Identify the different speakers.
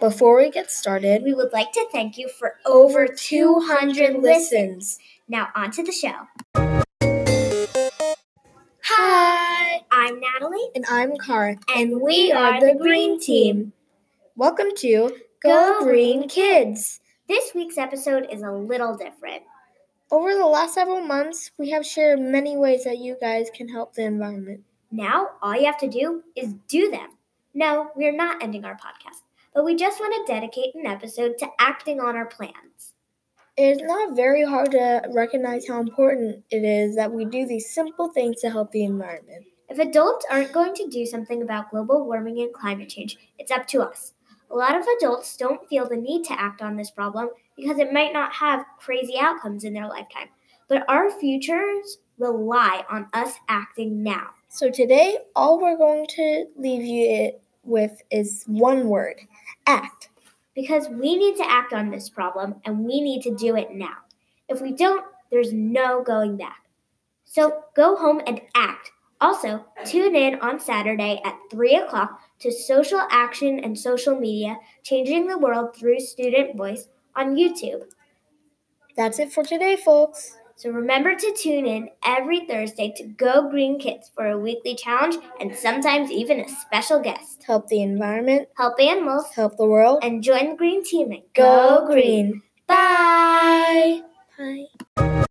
Speaker 1: Before we get started,
Speaker 2: We would like to thank you for
Speaker 1: over
Speaker 2: over 200 listens.
Speaker 1: listens.
Speaker 2: Now, on to the show.
Speaker 1: Hi,
Speaker 2: I'm Natalie,
Speaker 1: and I'm Car,
Speaker 2: and we are the Green Team.
Speaker 1: Welcome to
Speaker 2: Go
Speaker 1: Go Green Kids.
Speaker 2: This week's episode is a little different.
Speaker 1: Over the last several months, we have shared many ways that you guys can help the environment.
Speaker 2: Now, all you have to do is do them. No, we're not ending our podcast, but we just want to dedicate an episode to acting on our plans.
Speaker 1: It is not very hard to recognize how important it is that we do these simple things to help the environment.
Speaker 2: If adults aren't going to do something about global warming and climate change, it's up to us. A lot of adults don't feel the need to act on this problem because it might not have crazy outcomes in their lifetime, but our futures rely on us acting now.
Speaker 1: So today, all we're going to leave you it with is one word act.
Speaker 2: because we need to act on this problem and we need to do it now. If we don't, there's no going back. So go home and act. Also, tune in on Saturday at 3 o'clock to Social Action and Social Media Changing the World Through Student Voice on YouTube.
Speaker 1: That's it for today, folks.
Speaker 2: So remember to tune in every Thursday to Go Green Kids for a weekly challenge and sometimes even a special guest.
Speaker 1: Help the environment,
Speaker 2: Help animals
Speaker 1: help the world,
Speaker 2: and join the green team and
Speaker 1: go green.
Speaker 2: Bye!
Speaker 1: Bye.